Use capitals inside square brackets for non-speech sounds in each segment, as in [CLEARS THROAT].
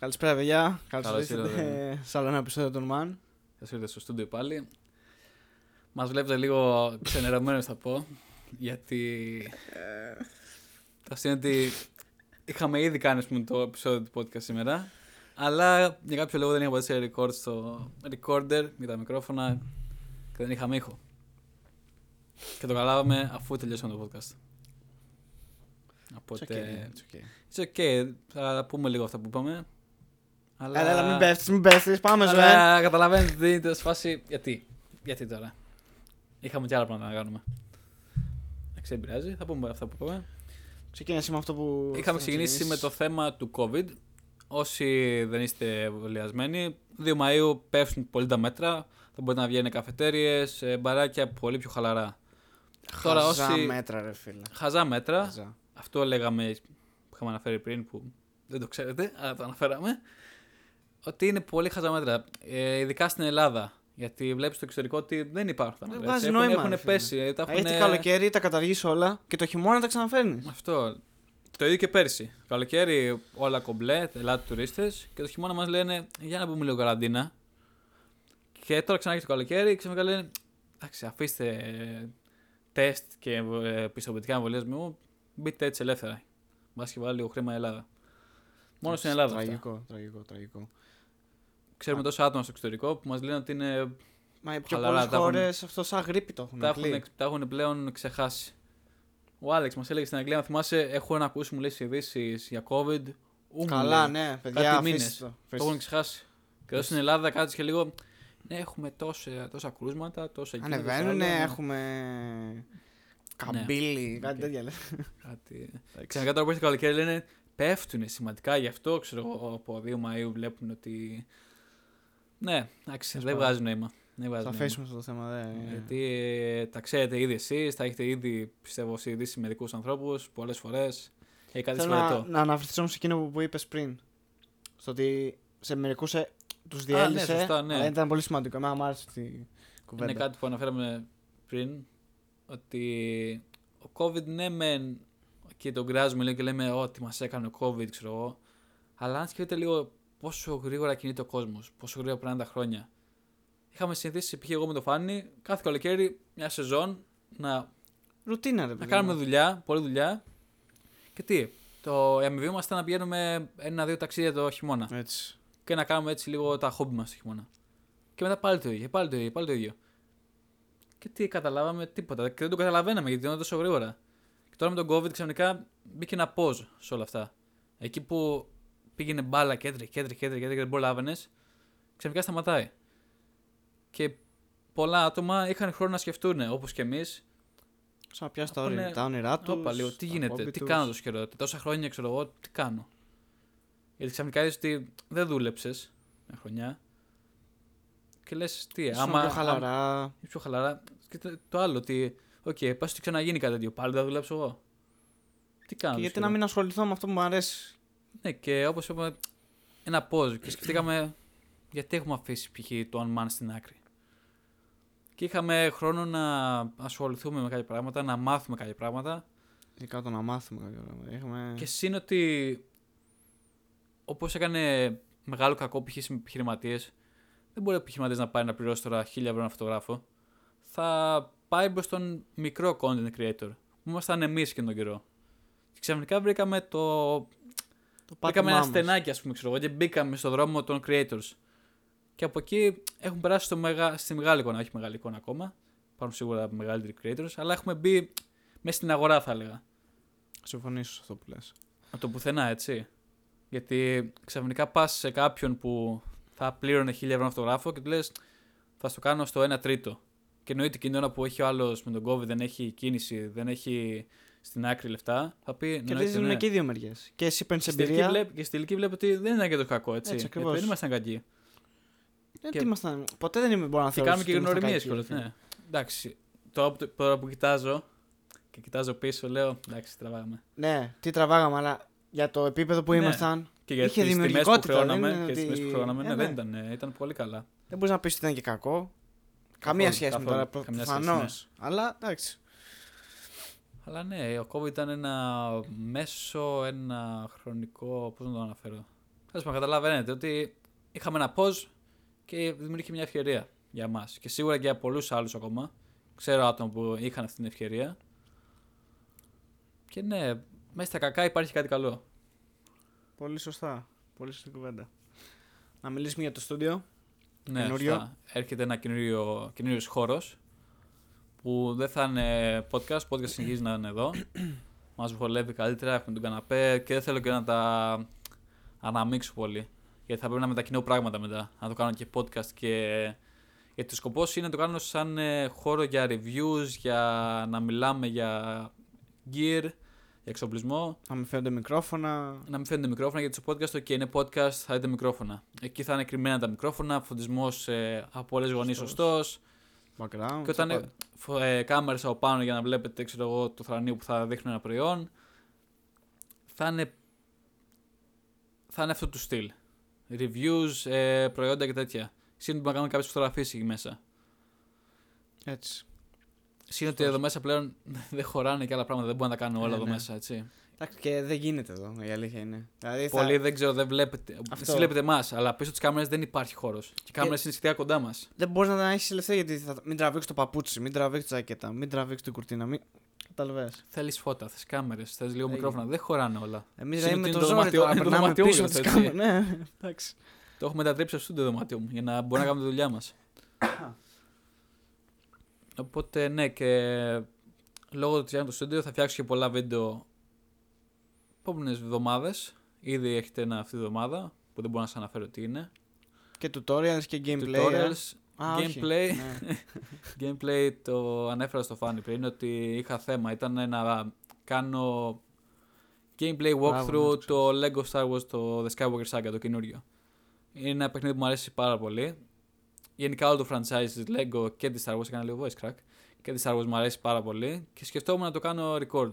Καλησπέρα, παιδιά. Καλώς Καλώς ήρθατε ήρθατε. σε άλλο ένα επεισόδιο των Man. Σα ήρθατε στο στούντιο πάλι. Μας βλέπετε λίγο ξενεραμένου, θα πω. Γιατί. το αστείο είναι ότι είχαμε ήδη κάνει ας πούμε, το επεισόδιο του podcast σήμερα. Αλλά για κάποιο λόγο δεν είχα πατήσει record στο recorder για τα μικρόφωνα και δεν είχαμε ήχο. Και το καταλάβαμε αφού τελειώσαμε το podcast. Οπότε. It's okay. It's okay. Θα πούμε λίγο αυτά που είπαμε. Αλλά, Έλα, έλα, μην πέφτεις, μην πέφτεις. Πάμε, ζωέ. Αλλά καταλαβαίνετε ότι είναι σφάση. Γιατί. Γιατί τώρα. Είχαμε και άλλα πράγματα να κάνουμε. Εντάξει, δεν πειράζει. Θα πούμε αυτά που είπαμε. Ξεκίνησε με αυτό που. Είχαμε θα ξεκινήσει με ξεκινήσεις. το θέμα του COVID. Όσοι δεν είστε εμβολιασμένοι, 2 Μαΐου πέφτουν πολύ τα μέτρα. Θα μπορείτε να βγαίνουν καφετέριες, ε, μπαράκια πολύ πιο χαλαρά. Τώρα Χαζά όσοι- Ε, μέτρα, ρε φίλε. Χαζά μέτρα. Χαζά. Αυτό λέγαμε, που είχαμε αναφέρει πριν που δεν το ξέρετε, αλλά το αναφέραμε. Ότι είναι πολύ χαζά μέτρα, ε, ειδικά στην Ελλάδα. Γιατί βλέπεις στο εξωτερικό ότι δεν υπάρχουν τα Δεν μέτρα. βγάζει έτσι. Έχουν- Ε, νόημα, ρε Έχουν φίλε. πέσει. ε, Τα Τα έχουν... έχετε καλοκαίρι, τα καταργείς όλα και το χειμώνα τα ξαναφέρνεις. Αυτό. Το ίδιο και πέρσι. Καλοκαίρι όλα κομπλέ, ελάτε τουρίστες. Και το χειμώνα μας λένε για να μπούμε λίγο καραντίνα. Και τώρα ξανά έχει το καλοκαίρι, ξαφνικά λένε εντάξει, αφήστε ε, τεστ και ε, πιστοποιητικά εμβολιασμού. Μπείτε έτσι ελεύθερα. Μπας και βάλει λίγο χρήμα η Ελλάδα. Μόνο στην Ελλάδα. αυτά. Τραγικό, τραγικό, τραγικό. Ξέρουμε τόσα άτομα στο εξωτερικό που μας λένε ότι είναι, Μα οι πιο Χαλαρά, πολλές τα έχουν- χώρες αυτό σαν γρήπη το έχουν. τα, έχουν, κλεί. εξ- τα έχουν πλέον ξεχάσει. Ο Άλεξ μας έλεγε στην Αγγλία, αν θυμάσαι, έχω να ακούσει μου λε ειδήσεις για COVID. Ου, μου Καλά, λέει. ναι, παιδιά. ε, μήνες. Αφήστε το. Το αφήστε έχουν ξεχάσει. Και εδώ στην Ελλάδα κάτσε και λίγο. Ναι, έχουμε τόσα, τόσα κρούσματα, τόσα το. εκείνα, τόσα Ανεβαίνουν, άλλα, ναι. έχουμε. Καμπύλη, κάτι Οκ. τέτοια. λένε. Κάτι... Ξαφνικά τώρα που έρχεται το καλοκαίρι λένε πέφτουν σημαντικά. Γι' αυτό ξέρω εγώ από 2 Μαου βλέπουν ότι. Ναι, εντάξει, δεν πάντων. βγάζει νόημα. Δεν βγάζει Θα νόημα. αφήσουμε αυτό το θέμα, δεν. Γιατί ε, τα ξέρετε ήδη εσείς, τα έχετε ήδη πιστεύω σε ειδήσει με δικούς ανθρώπους πολλές φορές. Έχει κάτι Θέλω να, σημαντικό. να αναφερθεί όμως σε εκείνο που, που είπες πριν. Στο ότι σε μερικούς ε, τους ναι, διέλυσε. σωστά, ναι. αλλά ήταν πολύ σημαντικό. Εμένα μου άρεσε αυτή η κουβέντα. Είναι κάτι που αναφέραμε πριν, ότι ο COVID ναι μεν και τον κράζουμε λίγο και λέμε ότι μας έκανε ο COVID ξέρω εγώ, αλλά αν σκεφτείτε λίγο πόσο γρήγορα κινείται ο κόσμος, πόσο γρήγορα περνάνε τα χρόνια. Είχαμε συνηθίσει, π.χ. εγώ με το Φάνη, κάθε καλοκαίρι μια σεζόν να, Ρουτίνα, ρε να παιδί κάνουμε μου. δουλειά, πολλή δουλειά. Και τι, το η αμοιβή μας ήταν να πηγαίνουμε ένα-δύο ταξίδια το χειμώνα Έτσι. και να κάνουμε έτσι λίγο τα χόμπι μας το χειμώνα. Και μετά πάλι το ίδιο, πάλι το ίδιο, πάλι το ίδιο. Και τι καταλάβαμε, τίποτα. Και δεν το καταλαβαίναμε γιατί ήταν τόσο γρήγορα. Και τώρα με τον COVID ξαφνικά μπήκε ένα pause σε όλα αυτά. Εκεί που πήγαινε μπάλα κέντρη, κέντρη, κέντρη, κέντρη και δεν προλάβαινες, ξαφνικά σταματάει. Και πολλά άτομα είχαν χρόνο να σκεφτούν, όπως και εμείς, Ξαναπιάσει τα, Αφού όνει- είναι- τα όνειρά του. Όπα, λίγο, τι γίνεται, τι κάνω τόσο καιρό, τόσα χρόνια ξέρω εγώ, τι κάνω. Γιατί ξαφνικά είδε ότι δεν δούλεψες μια χρονιά. Και λες, τι, άμα. Άμα. Πιο άμα- χαλαρά. Είσαι πιο χαλαρά. Και το- το άλλο, ότι. Οκ, okay, πας ότι ξαναγίνει κάτι τέτοιο. Πάλι δεν θα δουλέψω εγώ. Τι κάνω. Και τόσο γιατί καιρό. να μην ασχοληθώ με αυτό που μου αρέσει. Ναι, και όπως είπαμε, ένα pause. Και σκεφτήκαμε γιατί έχουμε αφήσει π.χ. το One Man στην άκρη. Και είχαμε χρόνο να ασχοληθούμε με κάποια πράγματα, να μάθουμε κάποια πράγματα. Ειδικά το να μάθουμε κάποια πράγματα. Είχαμε... Και συν ότι όπως έκανε μεγάλο κακό π.χ. σε επιχειρηματίες, δεν μπορεί ο επιχειρηματίας να πάει να πληρώσει τώρα 1000 ευρώ ένα φωτογράφο. Θα πάει προ τον μικρό content creator που ήμασταν εμείς και τον καιρό. Και ξαφνικά βρήκαμε το. Το πάτημά βρήκαμε ένα μας. στενάκι, ας πούμε, ξέρω εγώ, και μπήκαμε στο δρόμο των creators. Και από εκεί έχουν περάσει στο μεγα... στη μεγάλη εικόνα, όχι μεγάλη εικόνα ακόμα. Υπάρχουν σίγουρα μεγαλύτεροι creators, αλλά έχουμε μπει μέσα στην αγορά, θα έλεγα. Συμφωνήσω σε αυτό που λες. Από το πουθενά, έτσι. Γιατί ξαφνικά πας σε κάποιον που θα πλήρωνε 1000 ευρώ αυτογράφο και του λες: Θα στο κάνω στο 1 τρίτο. Και εννοείται την ώρα που έχει ο άλλος με τον COVID δεν έχει κίνηση, δεν έχει στην άκρη λεφτά, θα πει: Και «Εννοείται, δίνουν ναι». και οι δύο μεριές. Και εσύ παίρνεις Και στην τελική εμπειρία. βλέπει- Και στην τελική βλέπει ότι δεν ήταν και το κακό, έτσι. Έτσι, Γιατί ακριβώς. δεν ήμασταν κακοί. Ε, και- τι ήμασταν- Ποτέ δεν είμαι μπορώ να Και θεωρήσω κάνουμε και ότι ήμασταν γνωριμίες κακοί, ρε κιόλα. φίλε. Ναι. Εντάξει. Τώρα που, τώρα που κοιτάζω και κοιτάζω πίσω, λέω: Εντάξει, τραβάμε. Ναι, τι τραβάγαμε, αλλά για το επίπεδο που Ναι. ήμασταν. Και για Είχε τις τιμές που δημιουργικότητα, δεν χρεώναμε, είναι και τις τιμές που ότι- χρεώναμε, Ε, ναι, ναι. δεν ήταν, ε, ήταν πολύ καλά. Δεν μπορείς να πεις ότι ήταν και κακό. Καμία σχέση με καθόλου, τώρα, καμιά προφανώ. σχέση, ναι. Αλλά εντάξει. Αλλά ναι, ο COVID ήταν ένα μέσο, ένα χρονικό. Πώς να το αναφέρω. Τέλος πάντων, καταλαβαίνετε ότι είχαμε ένα pause και δημιουργήθηκε μια ευκαιρία για μας. Και σίγουρα και για πολλούς άλλους ακόμα. Ξέρω άτομα που είχαν αυτή την ευκαιρία. Και ναι, μέσα στα κακά υπάρχει κάτι καλό. Πολύ σωστά. Πολύ σωστή κουβέντα. Να μιλήσουμε για το στούντιο. Ναι, Καινούριο. σωστά. Έρχεται ένα καινούριο, καινούριος χώρος που δεν θα είναι podcast, podcast συνεχίζει να είναι εδώ. Μας βολεύει καλύτερα, έχουμε τον καναπέ και δεν θέλω και να τα αναμίξω πολύ. Γιατί θα πρέπει να μετακινώ πράγματα μετά, να το κάνω και podcast και... Γιατί ο σκοπός είναι να το κάνω σαν ε, χώρο για reviews, για να μιλάμε για gear, για εξοπλισμό. Να μην φαίνονται μικρόφωνα. Να μην φαίνονται μικρόφωνα γιατί στο podcast, OK, είναι podcast, θα δείτε μικρόφωνα. Εκεί θα είναι κρυμμένα τα μικρόφωνα, φωτισμός ε, από όλες γονεί σωστό. Background. Και όταν τα ε, πάντα. φω- ε, κάμερες από πάνω για να βλέπετε ξέρω εγώ, το θρανίο που θα δείχνουν ένα προϊόν, θα είναι, θα είναι αυτό του στυλ. Reviews, ε, προϊόντα και τέτοια. Συν ότι μπορούμε να κάνουμε κάποιες φωτογραφίες εκεί μέσα. Έτσι. Συν ότι εδώ μέσα πλέον [LAUGHS] δεν χωράνε και άλλα πράγματα, δεν μπορούμε να τα κάνουμε όλα Ναι, εδώ ναι. μέσα, έτσι. Εντάξει, και δεν γίνεται εδώ, η αλήθεια είναι. Δηλαδή θα- Πολλοί δεν ξέρω, δεν βλέπετε. Αυτό. Εσείς βλέπετε εμά, αλλά πίσω τις κάμερες δεν υπάρχει χώρος. Και οι κάμερες είναι σχετικά κοντά μας. Δεν μπορείς να τα έχεις ελευθερία γιατί θα... μην τραβήξεις το παπούτσι, μην τραβήξεις τη ζακέτα, μην τραβήξεις την κουρτίνα. Μην... Καταλαβέ. Θέλεις φώτα, θες κάμερες, θες λίγο Ναι. μικρόφωνα. Δεν χωράνε όλα. Εμείς Συν δηλαδή με ότι το, είναι το ζόρι δωμάτιο- τώρα είναι το περνάμε δωμάτιο πίσω όλες, από τις έτσι. κάμερες. Ναι, εντάξει. Το έχω μετατρέψει στο το δωμάτιο μου για να μπορώ να κάνω τη δουλειά [COUGHS] μας. Οπότε ναι, και λόγω του ότι φτιάχνω το στούντιο θα φτιάξω και πολλά βίντεο επόμενες εβδομάδες. Ήδη έχετε ένα αυτή τη εβδομάδα που δεν μπορώ να σας αναφέρω τι είναι. Και tutorials και gameplay. ε. Tutorials, Α, όχι. gameplay. Ναι. Gameplay το ανέφερα στο Fanny πριν ότι είχα θέμα. Ήταν να κάνω gameplay Μπράβο, ναι, walkthrough το Lego Star Wars, το The Skywalker Saga, το καινούριο. Είναι ένα παιχνίδι που μου αρέσει πάρα πολύ. Γενικά όλο το franchise της Lego και της Star Wars, έκανα λίγο voice crack, και της Star Wars μου αρέσει πάρα πολύ και σκεφτόμουν να το κάνω record.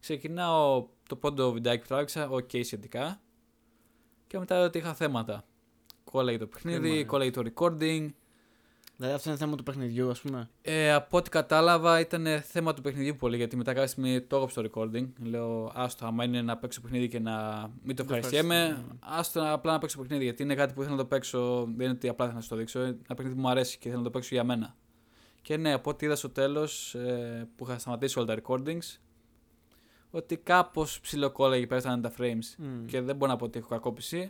Ξεκινάω το πρώτο βιντεάκι που τράβηξα, ok σχετικά, και μετά είδα ότι είχα θέματα. Κόλλαγε το Κρίμα, παιχνίδι, ρε. κόλλαγε το recording, Δηλαδή αυτό είναι θέμα του παιχνιδιού, ας πούμε. ε, από ό,τι κατάλαβα ήταν ε, θέμα του παιχνιδιού πολύ γιατί μετά κάποια στιγμή το έγραψε το recording. Λέω άστο, άμα είναι να παίξω παιχνίδι και να μην Το το ευχαριστιέμαι, ευχαριστιέμαι. άστο να- απλά να παίξω παιχνίδι γιατί είναι κάτι που ήθελα να το παίξω. Δεν είναι ότι απλά θέλω να σου το δείξω. Είναι ένα παιχνίδι που μου αρέσει και θέλω να το παίξω για μένα. Και ναι, από ό,τι είδα στο τέλος που είχα σταματήσει όλα τα recordings, ότι κάπως ψιλοκόλλαγε πέρα στα 90 frames. Μμ. Και δεν μπορώ να πω ότι έχω κακό PC.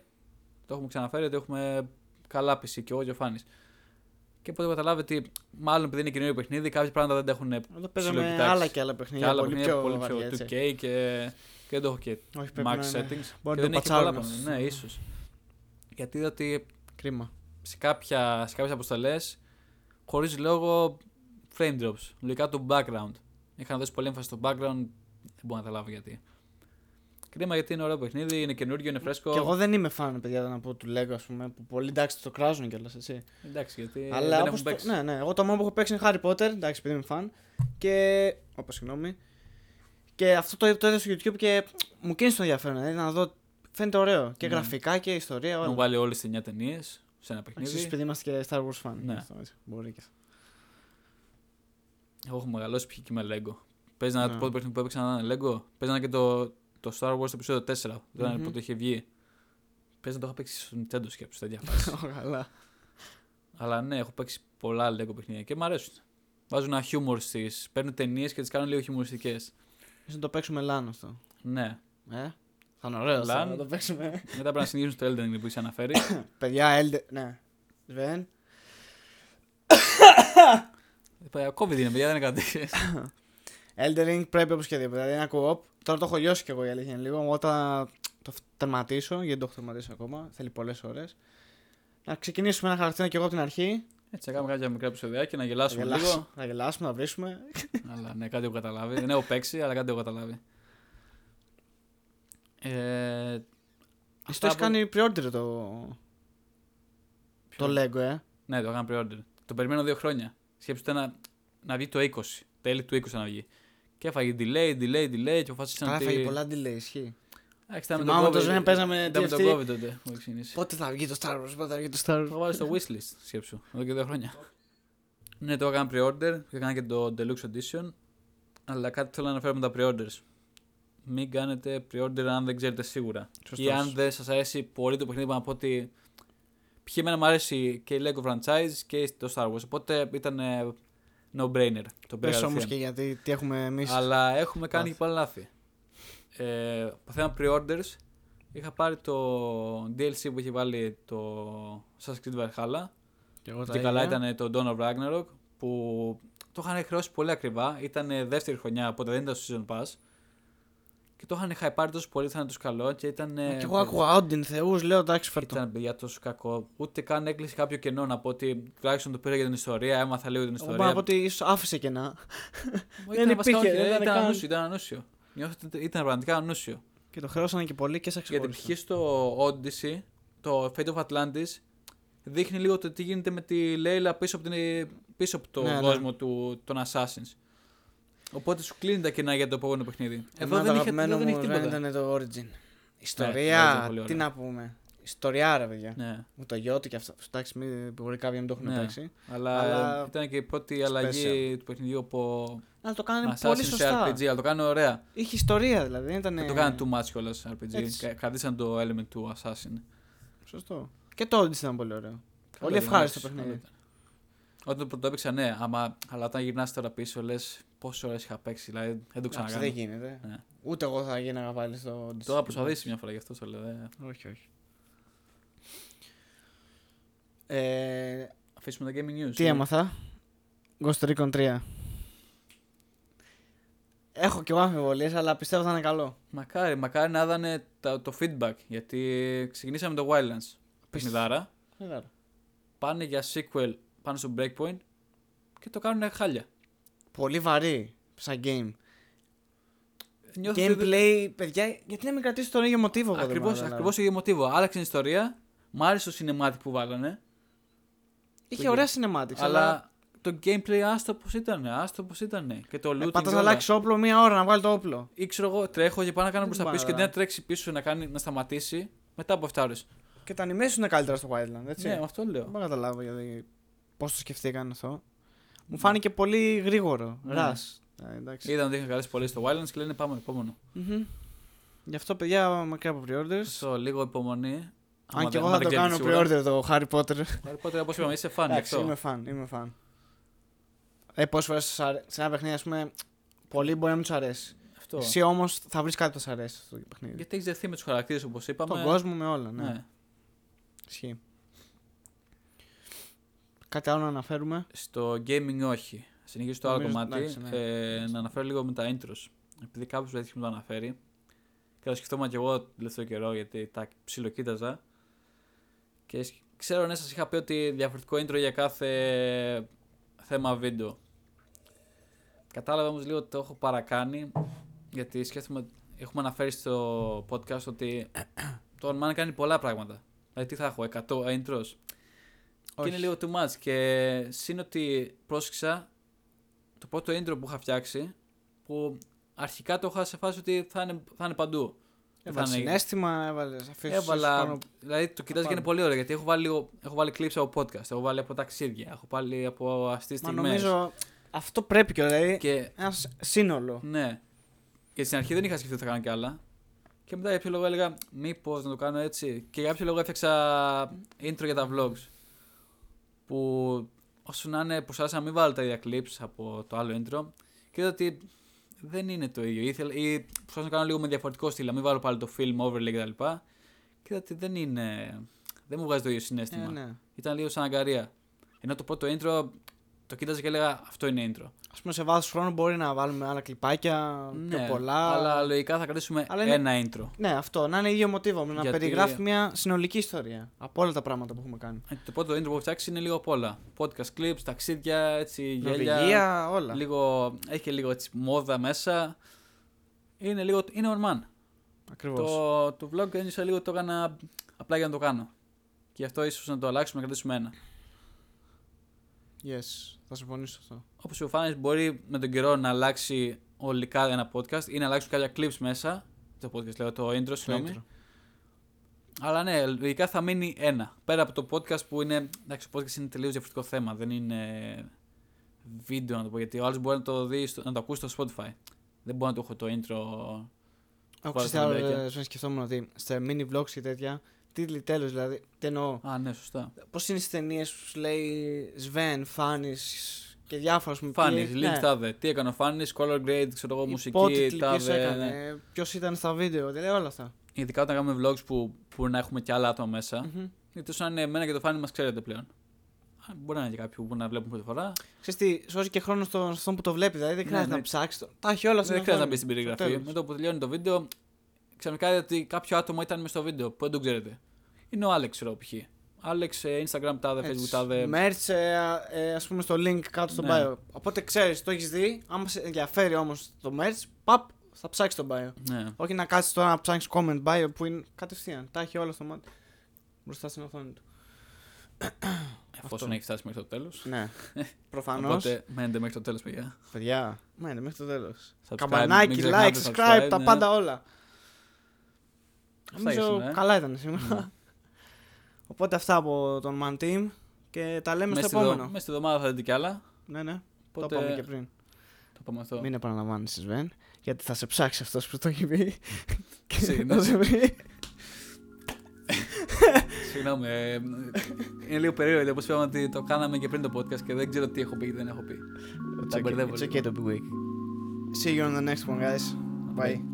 Το έχουμε ξαναφέρει ότι έχουμε καλά PC και εγώ και ο Φάνης. Και οπότε καταλάβετε ότι μάλλον επειδή είναι καινούριο παιχνίδι, κάποια πράγματα δεν τα έχουν Εδώ παίζαμε κοιτάξει. άλλα και άλλα και παιχνίδια. άλλα πολύ παιχνίδια πιο, πολύ πιο βαριά, έτσι. 2K και, και δεν το έχω και Όχι, πρέπει max να είναι- settings. Μπορεί και να δεν το έχει πολλά πατσάρουμε. πράγματα. Ναι, ίσως. Γιατί είδα ότι Κρίμα. σε, κάποια, σε κάποιες αποστολές χωρίς λόγο frame drops, λογικά του background. Είχαν δώσει πολύ έμφαση στο background, δεν μπορώ να καταλάβω γιατί. Κρίμα γιατί είναι ωραίο παιχνίδι, είναι καινούργιο, είναι φρέσκο. Και εγώ δεν είμαι φαν, παιδιά, να πω του Lego, ας πούμε, που πολύ εντάξει το κράζουν κιόλας, έτσι. Εντάξει, γιατί Αλλά Ε, δεν όπως έχουν το- παίξει. Ναι, ναι. Εγώ το μόνο που έχω παίξει είναι Harry Potter, εντάξει, επειδή είμαι φαν. Και. Όπω συγγνώμη. Και αυτό το, το είδα στο YouTube και μου κίνησε το ενδιαφέρον. Δηλαδή, να δω. Φαίνεται ωραίο. Και Ναι. γραφικά και ιστορία. Έχουν Όλα. βάλει όλες τις 9 ταινίες σε ένα Εξή, παιχνίδι. επειδή είμαστε και Star Wars fan. Ναι. Αυτό, έτσι, Μπορεί και. Εγώ έχω μεγαλώσει πια και με Lego. Παίζανε Ναι. το πρώτο παιχνίδι που έπαιξα να ήταν Lego. Παίζανε και το, το Star Wars το επεισόδιο 4. Δεν ήταν Μμμ. που το είχε βγει. Παίζει να το είχα παίξει στο Nintendo σκέψη, τέτοια [LAUGHS] φάση. Καλά. Αλλά ναι, έχω παίξει πολλά Lego παιχνίδια και μου αρέσουν. Βάζουν ένα χιούμορ στις. Παίρνουν ταινίες και τις κάνουν λίγο χιουμοριστικές. Ίσως να το παίξουμε LAN αυτό. Ναι. Ε. Θα είναι ε. ωραίο αυτό, LAN. να το παίξουμε. Μετά πρέπει να συνεχίσουν το Elden Ring που είχε αναφέρει. [COUGHS] Παιδιά, Elden. Ναι. Σβέν. Ε, COVID είναι, παιδιά, δεν είναι κάτι. Elden Ring πρέπει όπως και δει. Δηλαδή ένα co-op. Τώρα το έχω λιώσει κι εγώ η αλήθεια είναι λίγο. Όταν το φ- τερματίσω, γιατί δεν το έχω τερματίσει ακόμα, θέλει πολλές ώρες. Να ξεκινήσουμε ένα χαρακτήρα κι εγώ από την αρχή. Έτσι, να κάνουμε κάποια μικρά επεισόδια και να Θα γελάσουμε γελάσουμε, λίγο. θα, γελάσουμε, θα βρίσουμε. αλλά ναι, κάτι έχω καταλάβει. Δεν έχω παίξει, αλλά κάτι έχω καταλάβει. Ε, Εσύ αυτά το έχεις που- κάνει pre-order το, ποιο- το Lego, ε. Ναι, το έκανα pre-order. Το περιμένω δύο χρόνια. Σκέψτε να, να βγει το 20. Τέλη του 20 να βγει. Και έφαγε delay, delay, delay και αποφάσισαν Καλά, ότι- έφαγε πολλά delay, ισχύει. Εντάξει, ήταν με Θυμάμαι τον το COVID. Zoom, παίζαμε Ήταν με τον TFT. COVID τότε που έχει ξεκινήσει. Πότε θα βγει το Star Wars, πότε θα βγει το Star Το Wars. έχω βάλει στο wishlist, σκέψου, εδώ και δύο χρόνια. ναι, το έκανα pre-order και έκανα και το Deluxe Edition. Αλλά κάτι θέλω να αναφέρω με τα pre-orders. μην κάνετε pre-order αν δεν ξέρετε σίγουρα. Σωστός. Ή αν δεν σας αρέσει πολύ το παιχνίδι, είπα να πω ότι. Π.χ. εμένα μου αρέσει και η LEGO franchise και το Star Wars. Οπότε ήταν ε, no-brainer. Το πήρα Πες όμως κατευθείαν. και γιατί τι έχουμε εμείς. Αλλά έχουμε κάνει Λάθη. και πολλά λάθη. Ε, από θέμα pre-orders, είχα πάρει το DLC που είχε βάλει το Assassin's Creed Valhalla. Και εγώ τα Και καλά ίδια. ήταν το Dawn of Ragnarok που το είχαν χρεώσει πολύ ακριβά. Ήταν δεύτερη χρονιά, οπότε δεν ήταν στο Season Pass. Και το είχαν χαϊπάρει τόσο πολύ, ήταν τους καλό και ήταν. ε, Και εγώ άκουγα Όντιν θεούς, λέω εντάξει φέρτο. Ήταν παιδιά τόσο κακό. Ούτε καν έκλεισε κάποιο κενό να πω ότι τουλάχιστον το πήρα για την ιστορία, έμαθα λίγο την Εγώ μπορώ να ιστορία. πω ότι ίσως άφησε κενά. Μα δεν ήταν βασικά υπήρχε, όχι, δεν ήταν ήταν καν. ανούσιο. Ήταν ανούσιο. Νιώθω ότι ήταν πραγματικά ανούσιο. Και το χρέωσαν και πολύ και σε Γιατί π.χ. ξεχώρισαν. στο Odyssey, το Fate of Atlantis, δείχνει λίγο το τι γίνεται με τη Λέιλα πίσω από, την, πίσω από τον Ναι, ναι. κόσμο του, των Assassins. Οπότε σου κλείνει τα κενά για το επόμενο παιχνίδι. Εδώ Εμένα δεν το είχε, αγαπημένο δεν είχε μου δεν τίποτα. ήταν το Origin. Origin, Ιστορία, πολύ τι ωραίο. να πούμε. Ιστορία, ρε παιδιά. Ναι, Μου το γιο του και αυτά. Εντάξει, μην- μπορεί κάποιοι να μην το έχουν Ναι. εντάξει. αλλά, Αλλά- ήταν και η πρώτη αλλαγή του παιχνιδιού από Αλλά το κάνανε πολύ Assassin's σε σωστά. RPG, αλλά το κάνουν ωραία. Είχε ιστορία δηλαδή, δεν ήταν. Δεν το κάνουν too much κιόλας RPG. Έτσι. Κα- Κρατήσαν το element του Assassin. Σωστό. Και το Odyssey ήταν πολύ ωραίο. Πολύ ήταν, ευχάριστο εντάξει, παιχνίδι. καλό ήταν. Όταν το πρώτο έπαιξα, ναι, άμα, αλλά όταν γυρνάς τώρα πίσω, λες πόσες ώρες είχα παίξει, δηλαδή δεν το Εντάξει, ξανακάνω. Δεν γίνεται. Ναι. Ούτε εγώ θα γίναγα πάλι στο Odyssey. Τώρα προσπαθήσει μια φορά γι' αυτό, το λέω. ε. Όχι, όχι. Ε, Αφήσουμε τα gaming news. τι έμαθα. Ghost Recon 3. Έχω και εγώ αμφιβολίες, αλλά πιστεύω θα είναι καλό. Μακάρι, μακάρι να δανε τα- το feedback. Γιατί ξεκινήσαμε το Wildlands. Παιχνιδάρα. Πάνε για sequel πάνω στο Breakpoint και το κάνουν χάλια. Πολύ βαρύ σαν game. Νιώθω ότι δεν- Gameplay, παιδιά, γιατί να μην κρατήσει τον ίδιο μοτίβο εγώ δεν Ακριβώς, μπορώ να ακριβώς το ίδιο μοτίβο. Άλλαξε την ιστορία. Μ' άρεσε το cinematic που βάλανε. καταλάβω. Είχε ωραία cinematic, αλλά. Αλλά το gameplay άστο πώ ήταν. Άστο πώ ήταν. Και το Ε, looting. Πάτας και να όλα. αλλάξει όπλο μία ώρα να βγάλει το όπλο. Ή ξέρω εγώ, τρέχω και πάω να κάνω Δεν προ τα θυμάμαι πίσω και τώρα. αντί να τρέξει πίσω να, κάνει, να σταματήσει. Μετά από 7 ώρε. Και τα animation είναι καλύτερα στο Wildland, έτσι. Ναι, με αυτό λέω. Δεν μπορώ να καταλάβω γιατί... πώς το σκεφτήκαν αυτό. Μου φάνηκε πολύ γρήγορο. Ναι. Ρας. Ε, εντάξει. Είδαν ότι είχαν καλέσει πολύ στο Wildlands και λένε πάμε επόμενο. Μμμ. Γι' αυτό, παιδιά, μακριά από pre-orders. Στο λίγο υπομονή. Αν και εγώ θα το κάνω pre-order το Harry Potter. Οπότε όπως είπαμε, είσαι φαν γι' Εντάξει, αυτό. είμαι fan, είμαι fan. Ε, πόσες φορές σε ένα παιχνίδι, ας πούμε, πολλοί μπορεί να μην τους αρέσει. αυτό. Εσύ όμως θα βρεις κάτι που θα σου αρέσει στο παιχνίδι. Γιατί έχεις δεθεί με τους χαρακτήρες όπως είπαμε. Τον κόσμο με όλα, ναι. Ναι. Ισχύει. Κάτι άλλο να αναφέρουμε. Στο gaming όχι. Συνεχίζω στο άλλο Νομίζω- κομμάτι. εντάξει, ναι. Ε, να αναφέρω λίγο με τα intros. Επειδή κάποιος έτυχε να το αναφέρει. Και το σκεφτόμουν και εγώ τον τελευταίο καιρό γιατί τα ψιλοκοίταζα. Και σ- ξέρω ναι, σας είχα πει ότι διαφορετικό intro για κάθε θέμα βίντεο. Κατάλαβα όμως λίγο ότι το έχω παρακάνει. Γιατί σκέφτομαι, έχουμε αναφέρει στο podcast ότι [CLEARS THROAT] το Ορμάν κάνει πολλά πράγματα. Δηλαδή τι θα έχω, 100 intros. Και είναι Όχι. λίγο too much. Και συν ότι πρόσεξα το πρώτο intro που είχα φτιάξει, που αρχικά το είχα σε φάση ότι θα είναι, θα είναι παντού. Δεν Έβαλε θα είναι- συνέστημα, έβαλες αφήσεις. Έβαλα. Δηλαδή το κοιτάζεις και πάνω. είναι πολύ ωραίο γιατί έχω βάλει, λίγο- έχω βάλει clips από podcast, έχω βάλει από ταξίδια, έχω βάλει από αστεί Μα στιγμές. νομίζω αυτό πρέπει και δηλαδή. Και Ένας σύνολο. ναι. Και στην αρχή δεν είχα σκεφτεί ότι θα κάνω κι άλλα. Και μετά για ποιο λόγο έλεγα, μήπως να το κάνω έτσι. Και για ποιο λόγο έφτιαξα intro για τα vlogs. Που όσο να είναι, προσπάθησα να μην βάλω τα ίδια clips από το άλλο intro. Και είδα ότι δεν είναι το ίδιο. Ήθελα, ή προσπάθησα να κάνω λίγο με διαφορετικό στυλ, να μην βάλω πάλι το film overlay κτλ. Και είδα ότι δεν είναι. Δεν μου βγάζει το ίδιο Ε, συνέστημα. ναι. Ήταν λίγο σαν αγκαρία. Ενώ το πρώτο intro το κοίταζα και έλεγα, αυτό είναι intro. Ας πούμε, σε βάθος χρόνου μπορεί να βάλουμε άλλα κλιπάκια, πιο πολλά. Ναι, Αλλά λογικά θα κρατήσουμε Αλλά είναι- ένα intro. Ναι, αυτό. Να είναι ίδιο μοτίβο. Να Γιατί- περιγράφει μια συνολική ιστορία από όλα τα πράγματα που έχουμε κάνει. Ε, Το πρώτο intro που έχω φτιάξει είναι λίγο απ' όλα. Podcast clips, ταξίδια, έτσι, γέλια. Νορβηγία, όλα. Λίγο, έχει και λίγο έτσι, μόδα μέσα. Είναι λίγο. Είναι ορμάν. Ακριβώς. Το, το vlog ένιωσα λίγο το έκανα απλά για να το κάνω. Και γι' αυτό ίσως να το αλλάξουμε να κρατήσουμε ένα. Yes, θα συμφωνήσω σε αυτό. Όπως η Φάνης μπορεί με τον καιρό να αλλάξει ολικά ένα podcast ή να αλλάξουν κάποια clips μέσα. Το podcast λέω, το intro, συγγνώμη. intro. Αλλά ναι, λογικά θα μείνει ένα. Πέρα από το podcast που είναι. Εντάξει, το podcast είναι τελείως διαφορετικό θέμα. Δεν είναι βίντεο να το πω γιατί ο άλλος μπορεί να το δει, στο- να το ακούσει στο Spotify. Δεν μπορώ να το έχω το intro Άκουσα Βάλε τι τα άλλο βιντεάκια. ρε, σου σκεφτόμουν ότι σε mini vlogs και τέτοια, τίτλοι τέλος δηλαδή, τι εννοώ. Α, ναι, σωστά. Πώς είναι στι ταινίες που σου λέει Σβέν, Φάνη και ναι. διάφορα που Φάνη, link τάδε. Τι έκανε ο Φάνη, color grade, ξέρω εγώ, μουσική, τάδε. ναι. Ποιος ήταν στα βίντεο, δηλαδή όλα αυτά. Ειδικά όταν κάνουμε vlogs που μπορεί να έχουμε και άλλα άτομα μέσα. Μμμ. Γιατί σαν είναι ναι, εμένα και το φάνη μας ξέρετε πλέον. Α, Μπορεί να είναι και κάποιοι που να βλέπουν πρώτη φορά. Ξέρεις τι, σώζει και χρόνο στον στον που το βλέπει, δηλαδή δεν Ναι, χρειάζεται ναι. να ψάξει. Το... Τα έχει όλα στον Δεν χρειάζεται να μπει οθόνη. στην Στο περιγραφή. τέλος. Με το που τελειώνει το βίντεο, ξαφνικά είδατε ότι κάποιο άτομο ήταν μέσα στο βίντεο που δεν τον ξέρετε. Είναι ο Άλεξ, ξέρω π.χ. Άλεξ, ε, Instagram τάδε, Έτσι. Facebook τάδε. Merch, ε, α ε, ας πούμε, στο link κάτω στο Ναι. bio. Οπότε ξέρεις, το έχεις δει. Άμα σε ενδιαφέρει όμως το merch, παπ, θα ψάξεις το bio. Ναι. Όχι να κάτσει τώρα να ψάξεις comment bio που είναι κατευθείαν. Τα έχει όλα στο μάτι. Μπροστά στην οθόνη του. Εφόσον έχει φτάσει μέχρι το τέλος. [LAUGHS] Ναι. Προφανώς. Οπότε μένετε μέχρι το τέλος, παιδιά. Παιδιά, μένει μέχρι το τέλος. Subscribe, μην Καμπανάκι, like, ξεχνάτε, subscribe, τα ναι. πάντα όλα. Αυτά ήσουν, Νομίζω ε. καλά ήταν σήμερα. Οπότε αυτά από τον Man Team και τα λέμε Μέσα στο στη δο- επόμενο. μέσα στη εβδομάδα θα δείτε κι άλλα. Ναι, ναι. Το Οπότε- είπαμε και πριν. Το πάμε αυτό. Μην επαναλαμβάνεις, Σβέν, γιατί θα σε ψάξει αυτός που το έχει [LAUGHS] πει. και Συγγνώμη. θα σε βρει. Συγγνώμη. ε, είναι λίγο περίεργο γιατί όπως είπαμε ότι το κάναμε και πριν το podcast και δεν ξέρω τι έχω πει και τι δεν έχω πει. It's Τα okay, μπερδεύω it's λίγο. okay to be weak. See you on the next one, guys. Bye.